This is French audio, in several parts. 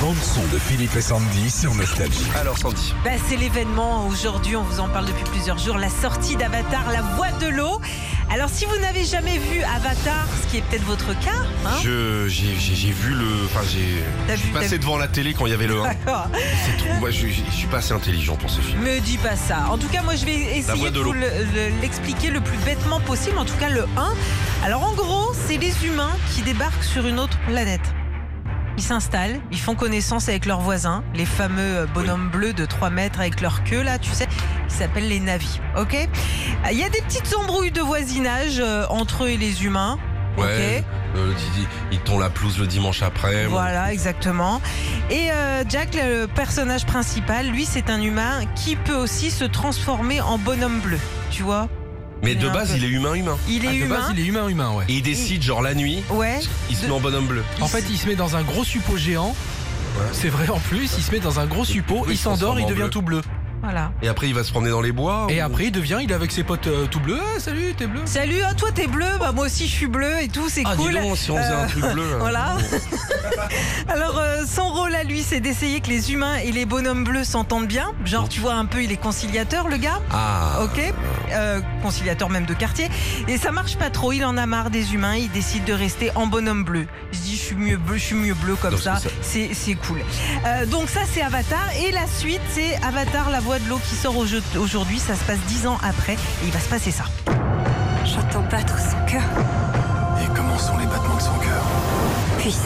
bande son de Philippe et Sandy sur Nostalgie. Alors Sandy. Bah, c'est l'événement aujourd'hui, on vous en parle depuis plusieurs jours, la sortie d'Avatar, la voix de l'eau. Alors si vous n'avez jamais vu Avatar, ce qui est peut-être votre cas, hein, Je j'ai j'ai- j'ai vu le enfin j'ai T'as je suis vu, t'as passé vu. devant la télé quand il y avait le 1. d'accord, C'est trop moi je, je- je suis pas assez intelligent pour ce film. me dis pas ça. En tout cas, moi je vais voix essayer de de vous l'eau. le- le- l'expliquer le plus bêtement possible, en tout cas le 1. Alors en gros, c'est les humains qui débarquent sur une autre planète. Ils s'installent, ils font connaissance avec leurs voisins, les fameux euh, bonhommes bleus de 3 mètres avec leur queue, là, tu sais, ils s'appellent les navis, ok Il y a des petites embrouilles de voisinage euh, entre eux et les humains. ok euh, il- il- ils t'ont la pelouse le dimanche après. Voilà, exactement. Et euh, Jack, le personnage principal, lui, c'est un humain qui peut aussi se transformer en bonhomme bleu. Tu vois Mais de Un base, peu. il est humain humain. Il est Ah, de humain. base, il est humain, humain, ouais. Et il décide genre la nuit, Ouais. il se De- met en bonhomme bleu. En fait, il se met dans un gros suppôt géant. Ouais. C'est vrai en plus, il se met dans un gros suppôt, pourquoi il il se s'endort, transforme il en devient bleu tout bleu. Voilà. Et après il va se promener dans les bois. Et ou- après, il devient, il est avec ses potes euh, tout bleu. Ah, salut, t'es bleu. Salut, ah, toi t'es bleu, bah moi aussi je suis bleu et tout, c'est Ah dis cool. donc, si on faisait un Euh, truc bleu. hein. là. voilà. Alors euh, son rôle à lui, c'est d'essayer que les humains et les bonhommes bleus s'entendent bien. Genre, tu vois un peu, il est conciliateur, le gars. Ah. Ok, euh, conciliateur même de quartier. Et ça marche pas trop, il en a marre des humains, il décide de rester en bonhomme bleu. Il se dit, je suis mieux bleu, je suis mieux bleu comme Non, ça, c'est ça. c'est c'est cool. Euh, donc ça, c'est Avatar. Et la suite, c'est Avatar, la voix de l'eau qui sort au jeu- aujourd'hui. Ça se passe dix ans après, et il va se passer ça. J'entends battre son cœur, Et comment sont les battements de son cœur puissant.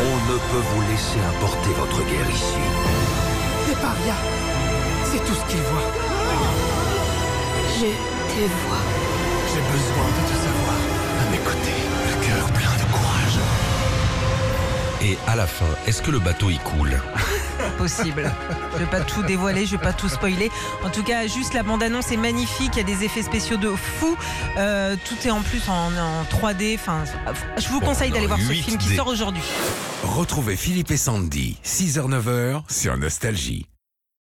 On ne peut vous laisser importer votre guerre ici. Je te vois. J'ai besoin de te savoir. À mes côtés, le cœur plein de courage. Et à la fin, est-ce que le bateau il coule possible. Je vais pas tout dévoiler, je vais pas tout spoiler. En tout cas, juste la bande-annonce est magnifique, il y a des effets spéciaux de fou. Euh, tout est en plus en, en 3D. Enfin, je vous conseille non, d'aller voir ce 8D. film qui sort aujourd'hui. Retrouvez Philippe et Sandy, 6h-9h sur Nostalgie.